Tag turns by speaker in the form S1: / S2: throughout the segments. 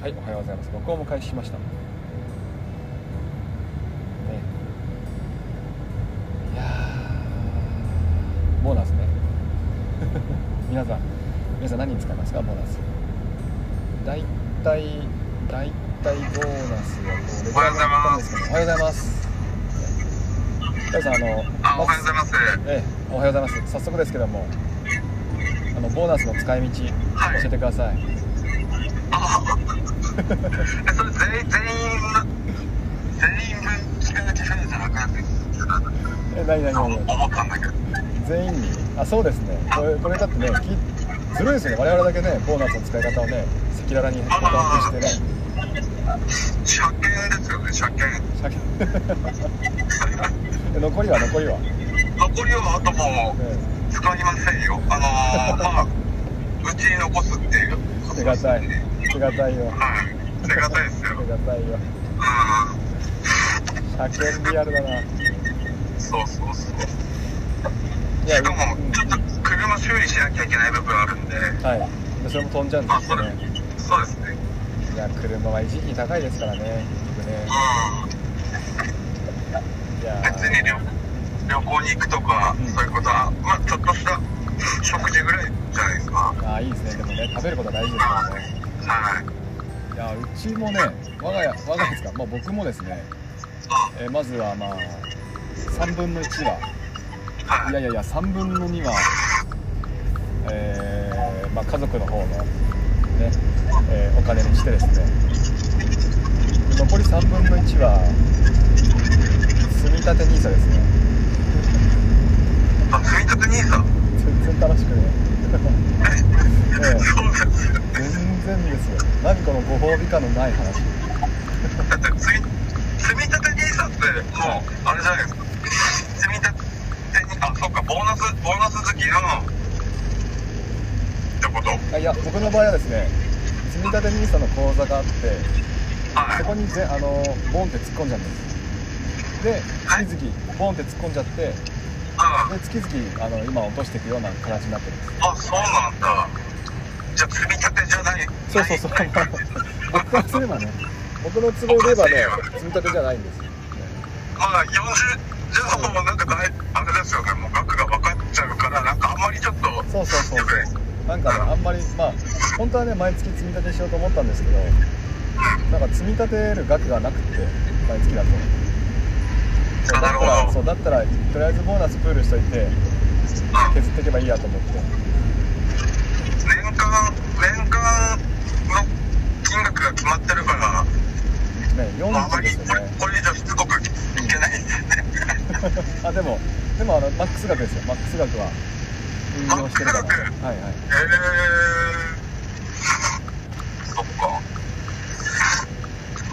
S1: はい、おはようございます。録音も開始しました。ね、いやーボーナスね。 皆さん、皆さん何に使いますか、ボーナス。だいたい、だいたいボーナスはどれくらいだったんですかね。おはようございます。大地さん、あの、
S2: あおはようございます。
S1: ええ、おはようございます。早速ですけども、あのボーナスの使い道教
S2: はい
S1: えてください。
S2: あ、えそれ全員全員の全員分聞かなきゃいけないんじゃなくなって
S1: え、何何何何
S2: 思ったんだけど。
S1: 全員にあそうですねこれこれだってねきずるいですよね我々だけねボーナスの使い方をね赤裸々に告白してね
S2: 車検ですよね、車検。
S1: 借金え 残りは残りは、
S2: 残りはあとも
S1: え
S2: う使いませんよ。あのー、まあうちに残すっていう。
S1: え手堅い手堅いよ
S2: はい、手堅いですよ。
S1: 手堅いよ
S2: う
S1: 車検リアルだない
S2: ん、そうそうそう。
S1: や
S2: しかも
S1: うん
S2: ちょっと車修理しなきゃいけない部分あるんで。
S1: はいでそれも飛んじゃうん
S2: まあ
S1: です
S2: そ
S1: よ
S2: れ
S1: ね、
S2: そうですね。
S1: いや車は維持費高いですからね結局ね
S2: うん。
S1: いや
S2: 別に旅旅行に行くとか、
S1: うん
S2: そういうことは、まあ、ちょっとした食事ぐらいじゃないですか。
S1: ああいいですねでもね食べることは大事ですからね
S2: はい。
S1: いやうちもね我が家我が家ですか、まあ、僕もですね、えーまずはまあ3分の1はいやいやいや3分の2は、えーまあ、家族の方の、ねえーお金にしてですね残り3分の1は積み立て NISA ですね
S2: あ、積み立て兄さん。
S1: 全然楽しくね ええ
S2: そうなんですよ。
S1: 全然ですよ何このご褒美感のない話
S2: だって積み、積み立て兄さんって、もう、あれじゃないですか。積み立てに、あ、そうか、ボーナス、ボーナス好きの。ってこと。
S1: あいや僕の場合はですね積み立て NISA の口座があって
S2: はい
S1: そ。こにぜあのボンって突っ込んじゃうんですで
S2: はい
S1: 月々ボンって突っ込んじゃってで
S2: あ、
S1: 月々あの今落としていくような形になってるんです
S2: あ、そうなんだ。じゃあ、積み立てじゃない。
S1: そうそうそう僕からすればね 僕の都合で言えばね積み立てじゃないんです
S2: まあ40じゃあもうなんかだいあれですよねもう額が分かっちゃうからなんかあんまりちょっと
S1: そうそうそう
S2: よくない
S1: そうなんかねあんまりまあ本当はね毎月積み立てしようと思ったんですけどなんか積み立てる額がなくて毎月だとそう
S2: あ
S1: だ
S2: な
S1: っ
S2: る
S1: た
S2: ほど
S1: らそうだったらとりあえずボーナスプールしといて
S2: うん
S1: 削っていけばいいやと思って
S2: 年間年間の金額が決まってるから
S1: ね
S2: あんま
S1: 40で
S2: り
S1: す
S2: こ
S1: よ
S2: れ
S1: ね
S2: これ以上しつこくいけないですね
S1: あでもでもあのマックス額ですよマックス額は運用してるから
S2: マックス
S1: はいはい
S2: えー、そっか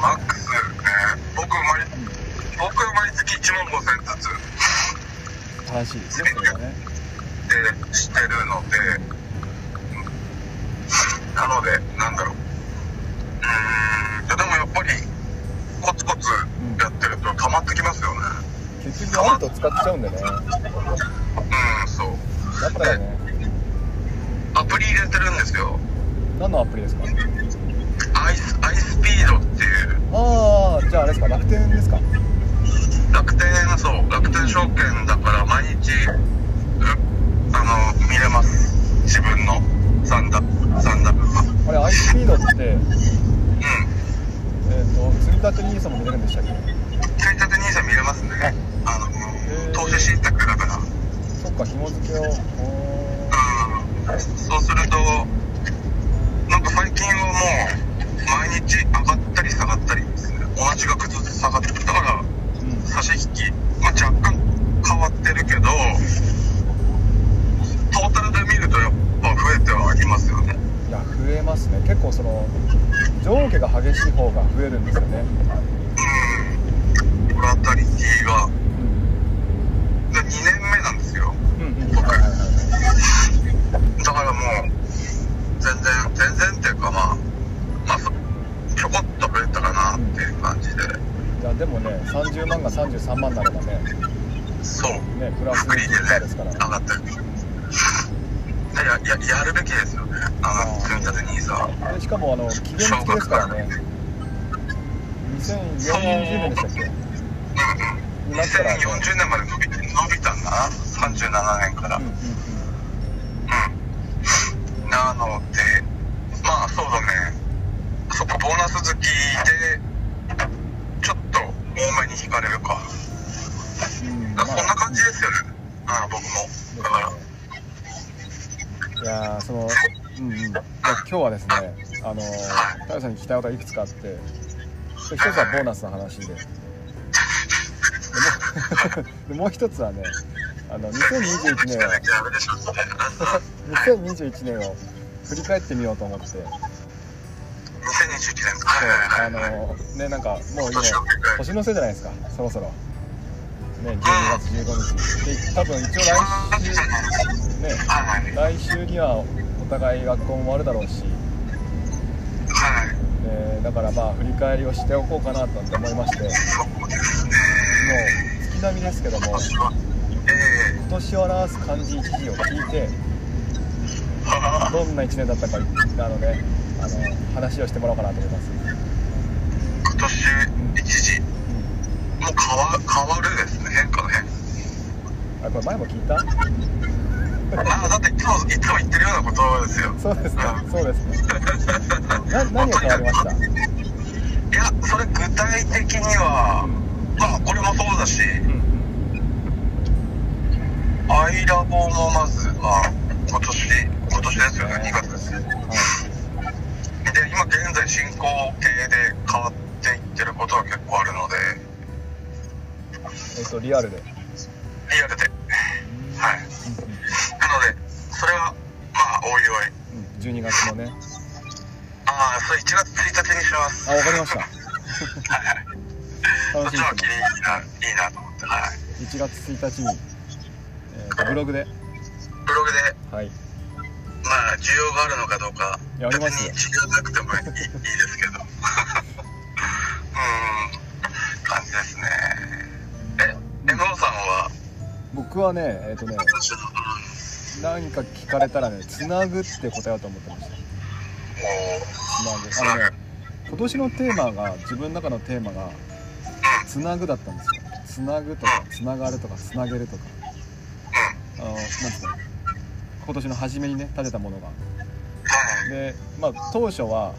S2: マックスね僕生まれ僕生まれ月1万5000ず
S1: 正
S2: つ
S1: しいですねそれはね
S2: でしてるので、なので、なんだろう、うーん、いやでもやっぱり、コツコツやってると、溜まってきますよね、
S1: 結局あると使っちゃうんでね
S2: うん、そう、
S1: だからね
S2: アプリ入れてるんですよ、
S1: 何のアプリですか
S2: アイスアイスピードっていう、
S1: ああじゃああれですか楽天ですか
S2: 楽天、そう、楽天証券だから、毎日、うあの見れます、自分の残高、残高が。
S1: あれアイスピードって
S2: うん
S1: えっ、と積み立て NISA も見れるんでしたっけ
S2: 積み立て NISA 見れますね、あ
S1: へー
S2: の投資信託だから、
S1: そっか紐付けをおー
S2: うん、そうすると、なんか最近はもう、毎日上がったり下がったりですね、同じ額ずつ下がって、だから
S1: うん
S2: 差し引き、まあ、若干変わってるけど、トータルで見ると、やっぱ増えてはいますよね。
S1: いや増えますね結構その上下が激しい方が増えるんですよね、
S2: ボラタリティが、
S1: うん、
S2: で2年目なんですよ。
S1: うんうんはいはいはいはい
S2: だからもう全然全然っていうかまあまあそちょこっと増えたかなっていう感じ
S1: い
S2: で、
S1: やでもね30万が33万になればね
S2: そう
S1: ねプラス
S2: 福利でね
S1: 10%ですから
S2: 上がってるねやややるべきですよねあの積み立て n i s
S1: でしかもあの期限付きですからね2040年でしたっけになったら
S2: 2040年まで伸びて伸びたんだな37年から
S1: う
S2: うん
S1: うんんうん
S2: なのでまあそうだねそこボーナス付きでちょっと多めに引かれるか
S1: うん
S2: だからそんな感じですよねあの僕もだから
S1: いやーその、うんうん、今日はですね、あのー、太陽さんに聞きたいことがいくつかあって、で一つはボーナスの話で、でもう でもう一つはね、あの2021年を、
S2: ダメでしょそれ
S1: 2021年を振り返ってみようと思って、そう
S2: 2021年かは
S1: あ
S2: いはいはいはい
S1: のーね、なんかもう今
S2: 年、の世界
S1: 年のせいじゃないですか、そろそろ。ね、12月15日。で、多分一応来週、ね、
S2: はいはい
S1: 来週にはお互い学校も終わるだろうし、
S2: はい
S1: えーだからまあ振り返りをしておこうかなと思いましてもう
S2: そうですね
S1: 月並みですけども
S2: 私はえ
S1: 今年を表す漢字一字を聞いて
S2: えは
S1: どんな1年だったかなのであの話をしてもらおうかなと思います、
S2: 今年一時もう変わ変わるですね変化の変
S1: うん、あこれ前も聞いた
S2: ああだっていつもいつも言ってるようなことですよ
S1: そうですかそうですかな何が変わりました
S2: いやそれ具体的にはまあこれもそうだしアイラボもまずまあ今年今年ですよね2月ですで
S1: は
S2: 今現在進行形で変わっていってることは結構あるので
S1: いえっとリアルで
S2: リアルではいなのでそれはまあおいおい
S1: うん12月のね
S2: ああそれ1月1日にします
S1: あわかりま した
S2: そっ
S1: 楽し
S2: ちの方が
S1: み
S2: いいないいないいなと思ってはい
S1: に1月1日に、えーとブログで
S2: ブログで
S1: はい
S2: まあ需要があるのかどうか
S1: やりますよ
S2: 別に需要なくてもいいいいですけどうーん感じですねえ m さんは
S1: 僕はねえっ、とね
S2: ちょっとうん
S1: 何か聞かれたらね、つなぐって答えようと思ってました。
S2: おー
S1: つなぐ。あのね、今年のテーマが、自分の中のテーマが、つなぐだったんですよ。つなぐとか、つながるとか、つなげるとか。あの、なんつうの今年の初めにね、立てたものが。
S2: はい
S1: で、まあ、当初は、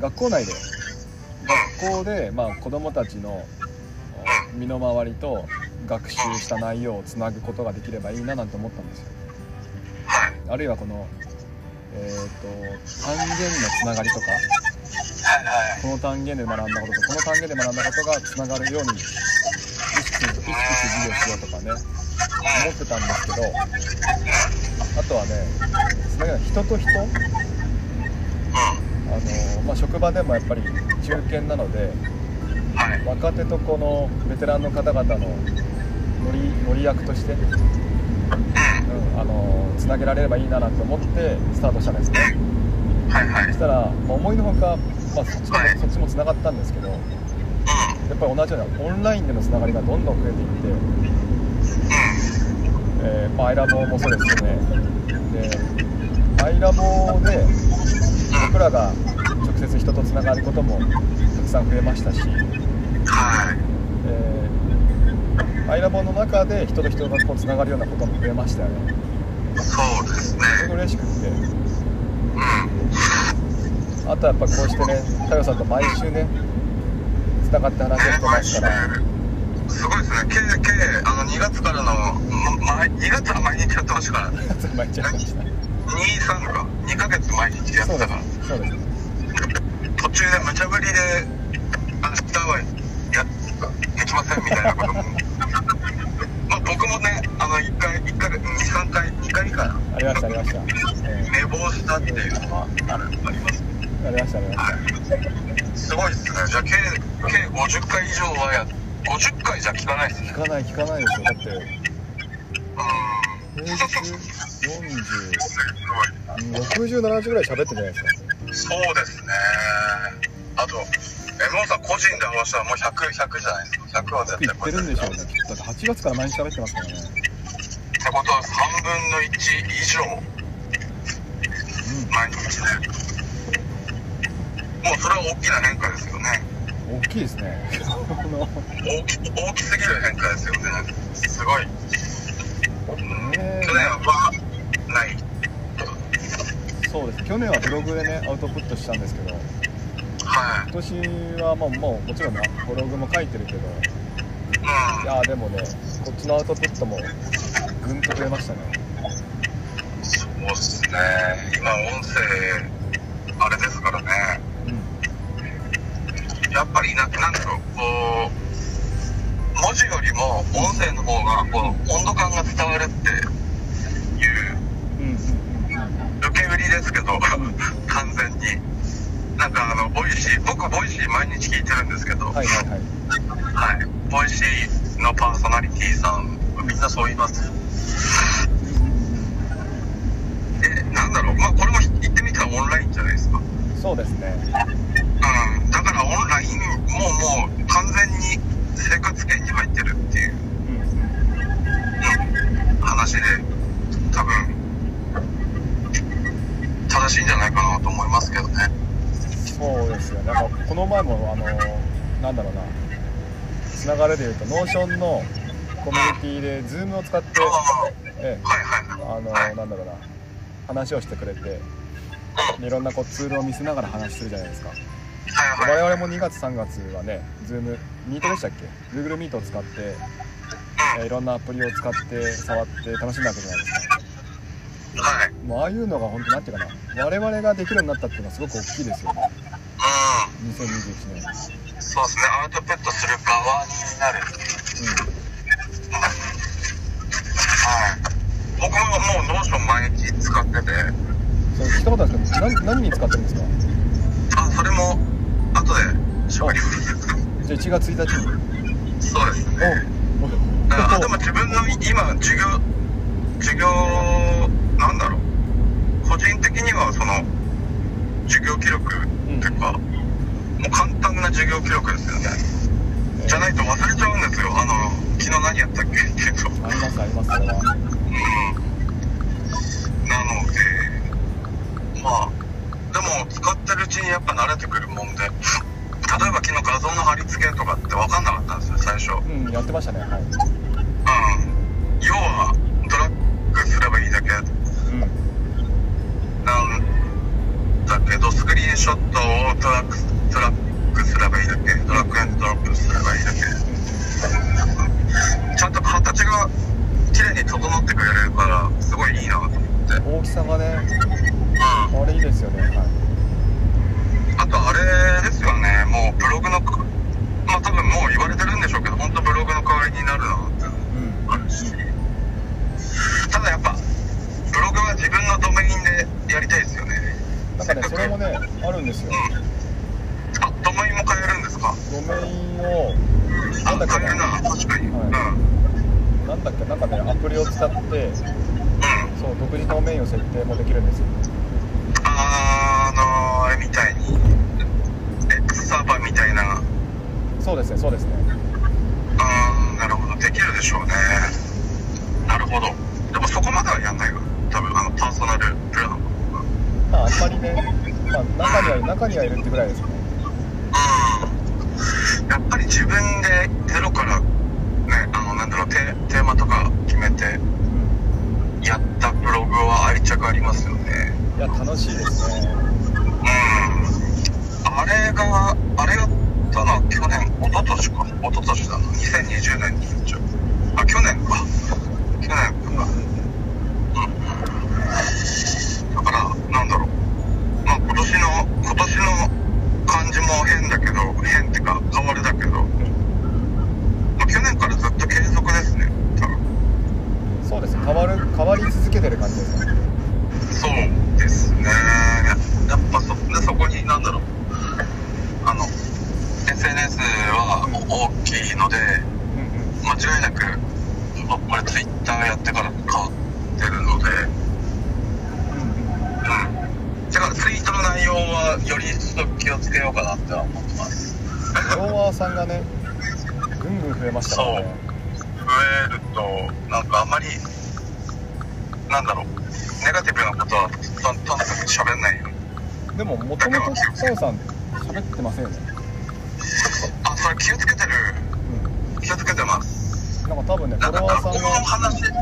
S1: 学校内で、学校で、まあ、子供たちのお身の回りと学習した内容をつなぐことができればいいななんて思ったんですよ。
S2: はい
S1: あるいはこの、えー、と単元のつながりとか
S2: はいはい
S1: この単元で学んだこととこの単元で学んだことがつながるように意識して意識して授業しようとかね思ってたんですけどあとはねつながり人と人あの、まあ、職場でもやっぱり中堅なので
S2: うんはい
S1: 若手とこのベテランの方々の乗り乗り役として、うん、あのつなげられればいいななんて思ってスタートしたんですね。
S2: はいはい
S1: そしたら、まあ思いのほか、まあ、そっちも
S2: はい
S1: そっちもつながったんですけどや
S2: うん
S1: っぱり同じようなオンラインでのつながりがどんどん増えていって、
S2: うん
S1: えーまあ、アイラボもそうですよねでアイラボで僕らが直接人とつながることもたくさん増えましたし、
S2: はい
S1: えーアイラボの中で人と人がこうつながるようなことも増えましたよね
S2: そうですね
S1: すごい嬉しくって
S2: うん
S1: あとはやっぱこうしてね太陽さんと毎週ねつながって話をしてま
S2: 毎
S1: す
S2: 週
S1: から
S2: すごいですね計計あの2月からの、ま、毎2月は毎日やってましたからね
S1: 参っちゃいました
S2: 23か2ヶ月毎日やっ
S1: そう
S2: て
S1: で
S2: たから
S1: す。そうです。
S2: 途中で無茶ぶりで明日はやできませんみたいなことも まあ僕もねあの1回1回23回2回かな
S1: ありました、ありました。え
S2: 寝坊したっていうのはあるあります
S1: ーありました、ありまし
S2: すごいですねじゃあ計計50回以上はや50回じゃ聞かないですね
S1: た。聞かない、聞かないですよ。だって、
S2: う
S1: 平
S2: ーん
S1: 日40、60、70ぐらい喋ってるじゃないですか。
S2: そうですねあと m さん個人で合わせたらもう100100じゃないですか100は絶
S1: 言
S2: 対
S1: ってるんでしょうね。だって8月から毎日喋ってますからね。
S2: ってことは3分の1以上毎日ねもうそれは大きな変化ですよね
S1: 大きいですね この
S2: 大き大きすぎる変化ですよねすごい
S1: ね
S2: 去年はない
S1: そうです去年はブログでねアウトプットしたんですけど
S2: はい
S1: 今年はもうもうもちろんなブログも書いてるけど
S2: うん
S1: いやーでもねこっちのアウトプットもぐんと増えましたね
S2: そうっすね今音声あれですからね
S1: うん
S2: やっぱりななんだろうこう文字よりも音声の方がこう温度感が伝わるっていう
S1: うん
S2: 受け売りですけど 完全になんかあのボイシー僕ボイシー毎日聞いてるんですけど
S1: うんはいはいはい
S2: はい、ボイシーのパーソナリティさん、みんなそう言います。で、なんだろう、まあ、これも言ってみたらオンラインじゃないですか。う
S1: そうですね
S2: ん、だからオンライン、もうもう完全に生活圏に入ってるっていう、
S1: うん
S2: うん、話で、多分正しいんじゃないかなと思いますけどね。
S1: そうですよなんかこの前もあのーなんだろうなつながるでいうとノーションのコミュニティで Zoom を使って、
S2: ああ
S1: ええ、
S2: はいはいはい。
S1: あの
S2: はい
S1: ーなんだろうな話をしてくれてでいろんなこうツールを見せながら話するじゃないですかで
S2: はいはい。
S1: 我々も2月3月はね Zoom ミートでしたっけ Google ミートを使ってえーいろんなアプリを使って触って楽しんだわけじゃないですか
S2: うん、はい。
S1: もうああいうのが本当なんていうかな我々ができるようになったっていうのはすごく大きいですよね
S2: う
S1: 2021年
S2: ん、そうですね、アウトプットする側になる。はい。僕ももうノーション毎日使ってて、
S1: うんそれ聞いたことあるんですけど何何に使ってるんですか
S2: あ、それも後で処理する。
S1: じゃあ1月1日に
S2: そうですね。
S1: おう
S2: だからでも自分の今授業授業なんだろう。個人的にはその授業記録っていうか、もう簡単な授業記録ですよね。
S1: えー
S2: じゃないと忘れちゃうんですよ。あの昨日何やったっけっていうと。
S1: ありますありますそれは
S2: うんなので、まあ、でも使ってるうちにやっぱ慣れてくるもんで、例えば昨日画像の貼り付けとかって分かんなかったんですよ、最初。うん。
S1: うんやってましたねはい、
S2: 要は、ドラッグすればいいだけ
S1: うん、
S2: なんだけど、スクリーンショットをドラッグドラッグすればいいだけ、ドラッグエンドドロップすればいいだけ。ちゃんと形が綺麗に整ってくれるから、すごいいいなと思って。うん
S1: 大きさがねあれいいですよねはい
S2: あとあれですよね、もうブログの、まあ多分もう言われてるんでしょうけど、本当ブログの代わりになるなって
S1: うん
S2: あるしただやっぱ、ブログは自分のドメインでやりたいですよね。
S1: なんかねそれもねあるんですよ
S2: うん。あ、ドメインも変えるんですか
S1: ドメインを
S2: あ
S1: なん、だっけ
S2: 変えるな、確かに。うん。うん。
S1: なんだっけなんかねアプリを使ってそう独自のメインを設定もできるんですよ
S2: あの、あれみたいに、エッツサーバーみたいな、う
S1: そうですねそうですね
S2: ん、なるほど、できるでしょうね。なるほど。でもそこまではやんないわ。多分、あの、パーソナルプランは。
S1: まああんまりね、まあ、中にはい中にはいるってぐらいですね
S2: うんやっぱり自分でゼロから、ね、あのなんだろうテテーマとか決めて
S1: うん
S2: やったブログは愛着ありますよね
S1: いや楽しいですね
S2: うんあれがあれやったのは去年一昨年か一昨年だな2020年にやっちゃうあ去年か去年かうんだからなんだろうまあ今年の今年の感じも変だけど変ってか変わるだけどまあ去年からずっと継続ですね多分
S1: そうですね変わる変わり続けてる感じですね
S2: そうですねやっぱそでそこになんだろうあの SNS は大きいので
S1: うんうん
S2: 間違いなくまあこれ Twitter やってから変わってるので
S1: うん
S2: うんだからツイートの内容はより一度気をつけようかなっては思ってます
S1: フォロワーさんがねぐんぐん増えましたからね
S2: 増えるとなんかあまりなんだろうネガティブなこととはたたんしゃべんないよ
S1: でももともとさよさん喋ってませんよね、
S2: あそれ気をつけてる気をつけてます
S1: うん、なんか多分ねフ
S2: な
S1: ォ
S2: ん
S1: ロ
S2: か
S1: ワー
S2: 学
S1: さん
S2: 校
S1: が
S2: の話うん
S1: う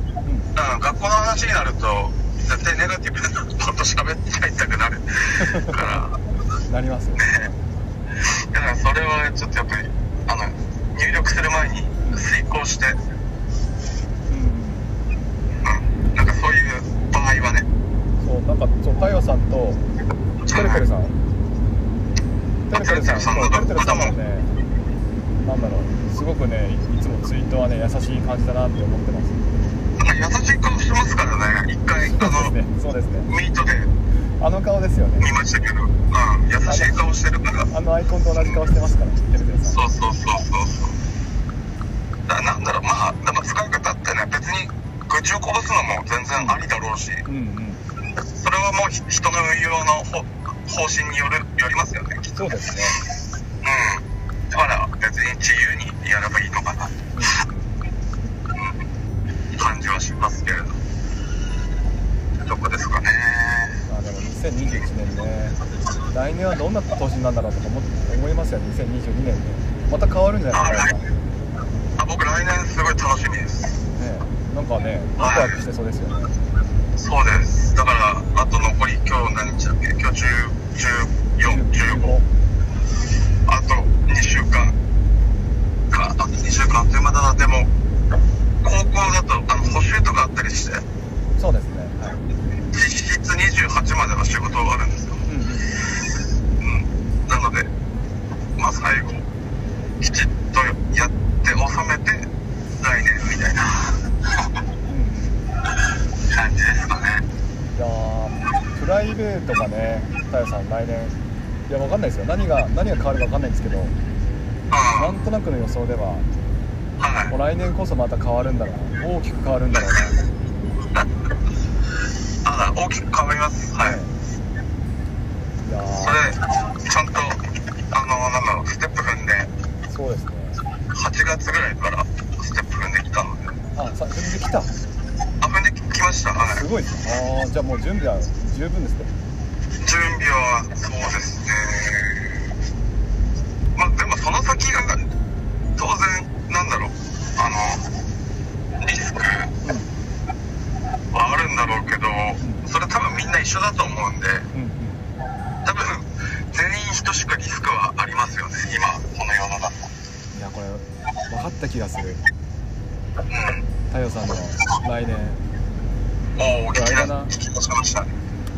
S1: ん
S2: 学校の話になると絶対ネガティブなこと喋っちゃいたくなるから
S1: なりますよ、
S2: だからそれはちょっとやっぱりあの入力する前に遂行して、
S1: うん
S2: うん、なんかそういう場合はね
S1: そうなんかそう太陽さんとてるてるさんてるてるさん
S2: てるてるさん
S1: そうてるてるさんも
S2: まだ
S1: ねなんだろうすごくねいつもツイートはね優しい感じだなって思ってます
S2: なんか優しい顔してますからね一回あ
S1: そう
S2: の
S1: ですねそうですね
S2: ミートで
S1: あの顔ですよね
S2: 見ましたけど、うん、優しい顔してるから
S1: あのアイコンと同じ顔してますからてるてるさん
S2: そうそうそうそうそうだなんだろうまあでも使い方ってね別に愚痴をこぼすのも全然ありだろうし
S1: うんうん
S2: それはもうひ人の運用の方方針によるよりますよねきっと
S1: そうですね
S2: うんだから別に自由にやればいいのかな感じはしますけれどどこですかね
S1: まあでも2021年ね来年はどんな年になるんだろうとか思思いますよね2022年ねまた変わるんじゃないですかね
S2: あ僕来年すごい楽しみです
S1: えなんかねワクワクしてそうですよね
S2: そうですだからあと残り今日何日だっけ今日10 1415
S1: 15
S2: あと2週間かあと2週間あっという間だなでも高校だとあの補習とかあったりして
S1: そうですねはい
S2: 実質28までの仕事終わるんですよ
S1: うんうん
S2: うんなのでまあ最後きちっとやって収めて来年みたいな
S1: うん
S2: 感じですかね
S1: いやープライベートがね太陽さん来年いやわかんないですよ何が何が変わるかわかんないんですけど
S2: うん
S1: な
S2: は
S1: んとなくの予想ではもう
S2: い
S1: 来年こそまた変わるんだろうな大きく変わるんだろうな
S2: あ大きく変わりますはい
S1: いや
S2: それちゃんとあのなんだろうステップ踏んで
S1: ーそうですね
S2: 8月ぐらいからステップ踏んできたので
S1: あさ準備来たす
S2: あ踏んできましたはい
S1: ごいですねあーじゃあもう準備は十分ですね
S2: 準備はそうですねまあでもその先が当然なんだろうあのリスクはあるんだろうけどそれ多分みんな一緒だと思うんで
S1: うんうん
S2: 多分全員等しくリスクはありますよね今この世の中
S1: いやこれ分かった気がする
S2: うん
S1: 太陽さんの来年
S2: もう聞き
S1: あれだな
S2: な聞き出しましたね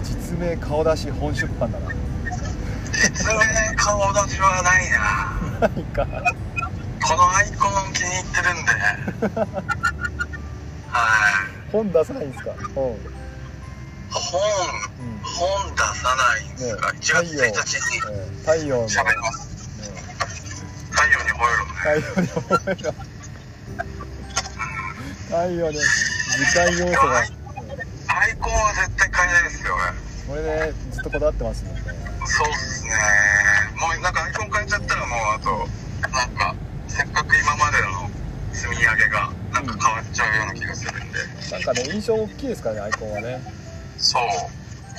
S1: 実名顔出し本出版だな
S2: 実名顔出しはないな
S1: 何か
S2: このアイコン気に入 ってるんではい
S1: 本出さないんですか本
S2: 本
S1: うん
S2: 本出さないんですか、1月1日に
S1: えー太陽の、ね、
S2: 喋ります太陽に吠えろね
S1: 太陽に覚えろ 太陽に時間要素が、
S2: アイコンは絶対変えないですよね
S1: これでずっとこだわってますもんね
S2: そうっすねもうなんかアイコン変えちゃったらもうあとなんかせっかく今までの積み上げがなんか変わっちゃうような気がするんで、
S1: なんかね印象大きいですからねアイコンはね
S2: そう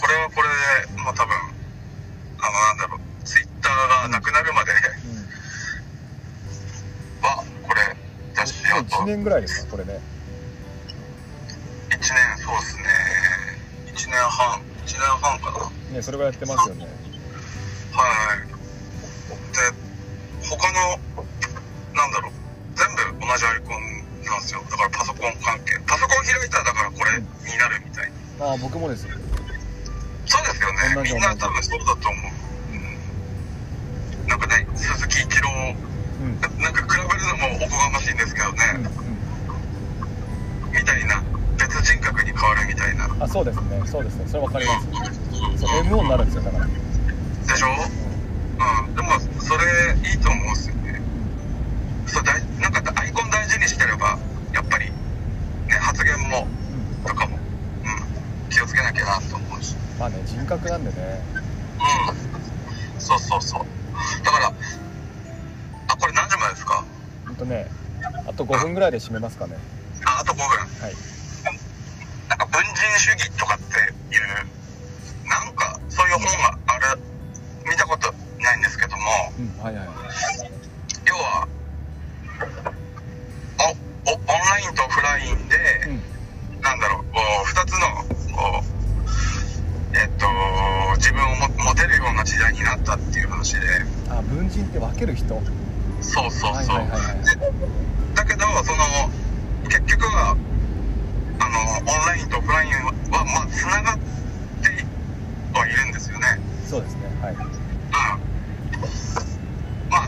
S2: これはこれでもう多分あのなんだろうツイッターがなくなるまで
S1: うん
S2: はこれだしあと
S1: 1年ぐらいですかこれね
S2: 1年そうっすね1年半1年半かな
S1: ねそれぐらいやってますよね
S2: はいで他のなんだろう全部同じアイコンなんですよだからパソコン関係パソコン開いたらだからこれになるみたいな
S1: ああ僕もですよ
S2: そうですよね
S1: 同じ
S2: みんな多分そうだと思う、うん、なんかね鈴木一郎
S1: うんうん
S2: なんか比べるのもおこがましいんですけどね、
S1: う
S2: みたいな別人格に変わるみたいな、うん
S1: んあそうですねそうですねそれわかりますそう MO にな
S2: で
S1: るんですよだから
S2: しょうんでもそれいいと思うんですよねそうだいなんかアイコン大事にしてればやっぱり、ね、発言も
S1: うん
S2: とかも、うん、気をつけなきゃなと思うし
S1: まあね人格なんでね
S2: うんそうそうそうだからあこれ何時までですか
S1: ほんとねあと5分ぐらいで締めますかね
S2: ああと5分
S1: はい
S2: なんか文人主義とかっていうな時代になったっていう話で
S1: あ文人って分ける人
S2: そうそう
S1: はい
S2: そう、
S1: はいはいはい
S2: でだけどその結局はあのオンラインとオフラインはまあつながってはいるんですよね
S1: そうですねはい
S2: うんまあ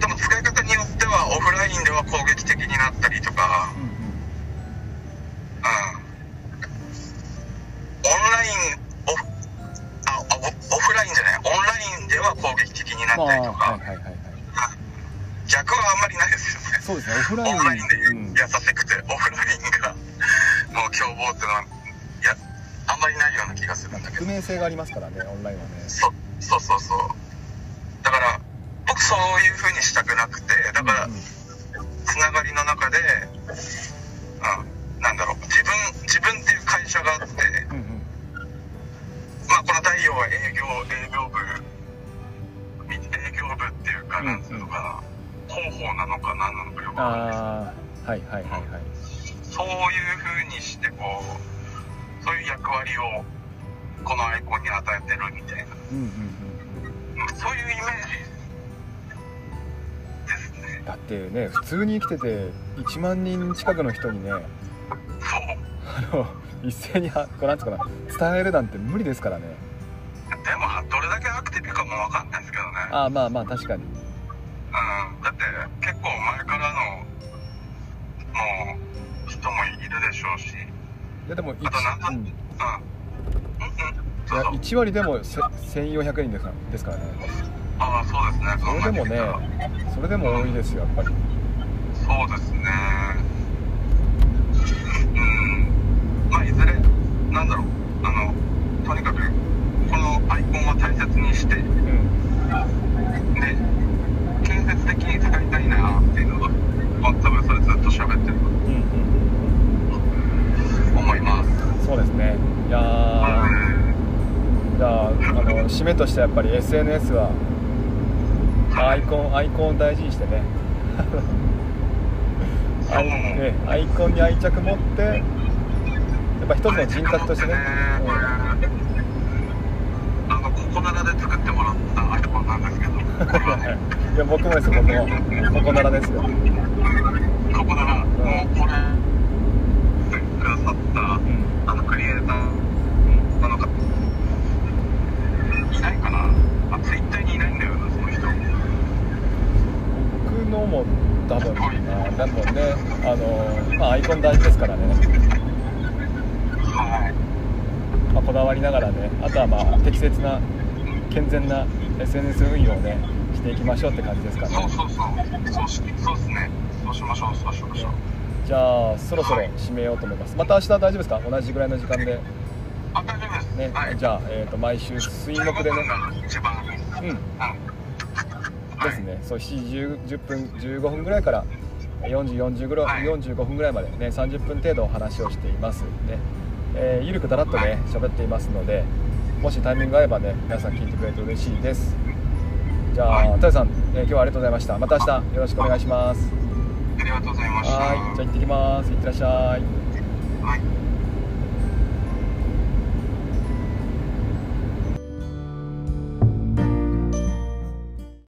S2: でも使い方によってはオフラインでは攻撃的になったりとか、
S1: うんうん
S2: うん、オンラインオフああオオフラインじゃないオンラインでは攻撃的にな
S1: まあ
S2: ったりとか、
S1: はいはいはいはい
S2: 逆はあんまりないですよね
S1: そうですねオフライ
S2: オ
S1: ン
S2: フラインで
S1: うん
S2: 優しくて、オフラインがもう凶暴っていうのはいやあんまりないような気がするんだけど
S1: 匿名性がありますからねオンラインはね
S2: そそうそうそうだから僕そういう風にしたくなくてだから、
S1: うんうん
S2: つながりの中で、うん、なんだろう自分自分っていう会社があって、
S1: うんうん
S2: まあ、この太陽は営業営業部み営業部っていうか
S1: うん
S2: なんていうのかな、広報なのか何なのかよくわかんない
S1: ああはいはいはいはい
S2: そういう風にしてこうそういう役割をこのアイコンに与えてるみたいな
S1: うんうん
S2: うんそういうイメージです
S1: う
S2: ね
S1: んだってね普通に生きてて1万人近くの人にね
S2: そう
S1: あの 一斉にはこうなんつうかな伝えるなんて無理ですからね
S2: でもどれだけアクティブかもわかんないですけどね
S1: ああまあまあ確かに
S2: うんだって結構前からのもう人もいるでしょうし、
S1: いやでも一
S2: あとなんか
S1: うんい
S2: うん、うんうんそう
S1: や
S2: そう
S1: 1割でもせ1400人ですからですからね
S2: ああそうですね
S1: それでも
S2: 考えてみ
S1: ね
S2: たら
S1: それでも多いですよやっぱり
S2: そうですねうんまあいずれなんだろうあのとにかくこのアイコンは大切にしてで
S1: うん
S2: 建設的に使いたいなっていうのがまあ多分それずっと喋ってる
S1: うんうん
S2: と思います
S1: そうですねいやー
S2: は
S1: じゃああの締めとしてはやっぱり SNS はいアイコンアイコンを大事にしてねアイええアイコンに愛着持ってやっぱ一つの人格としてね、
S2: これあのココナラで作ってもらったアイコンなんですけど、これはね、
S1: うん、いや僕もです僕もここならですよ、うん、
S2: ココナラ、もうこれ、くださったあのクリエイターなのか、いないかな、あツイッターにいないんだよな、その人。
S1: 僕のも多分なでもねあの、まあ、アイコン大事ですからね、
S2: はい、
S1: まあ、こだわりながらねあとはまあ適切な健全な SNS 運用をねしていきましょうって感じですかね
S2: そうそうそう、そうしそうですね、そうしましょう、そうしましょう。
S1: じゃあそろそろ締めようと思いますまた明日大丈夫ですか同じぐらいの時間で
S2: あ、大丈夫です。
S1: ね、
S2: はい、
S1: じゃあ、えー、と毎週水木でね
S2: 15分が一番、
S1: うんで
S2: はい
S1: すね、そう7時10 10分15分ぐらいから4040ぐらい、
S2: はい
S1: 45分ぐらいまでね30分程度お話をしていますで、えーゆるくだらっとね喋っていますのでもしタイミング合えばね皆さん聞いてくれると嬉しいですじゃあ、
S2: は
S1: たやさん、えー今日はありがとうございましたまた明日よろしくお願いします
S2: ありがとうございました。
S1: はいじゃあ行ってきますいってらっしゃい
S2: はい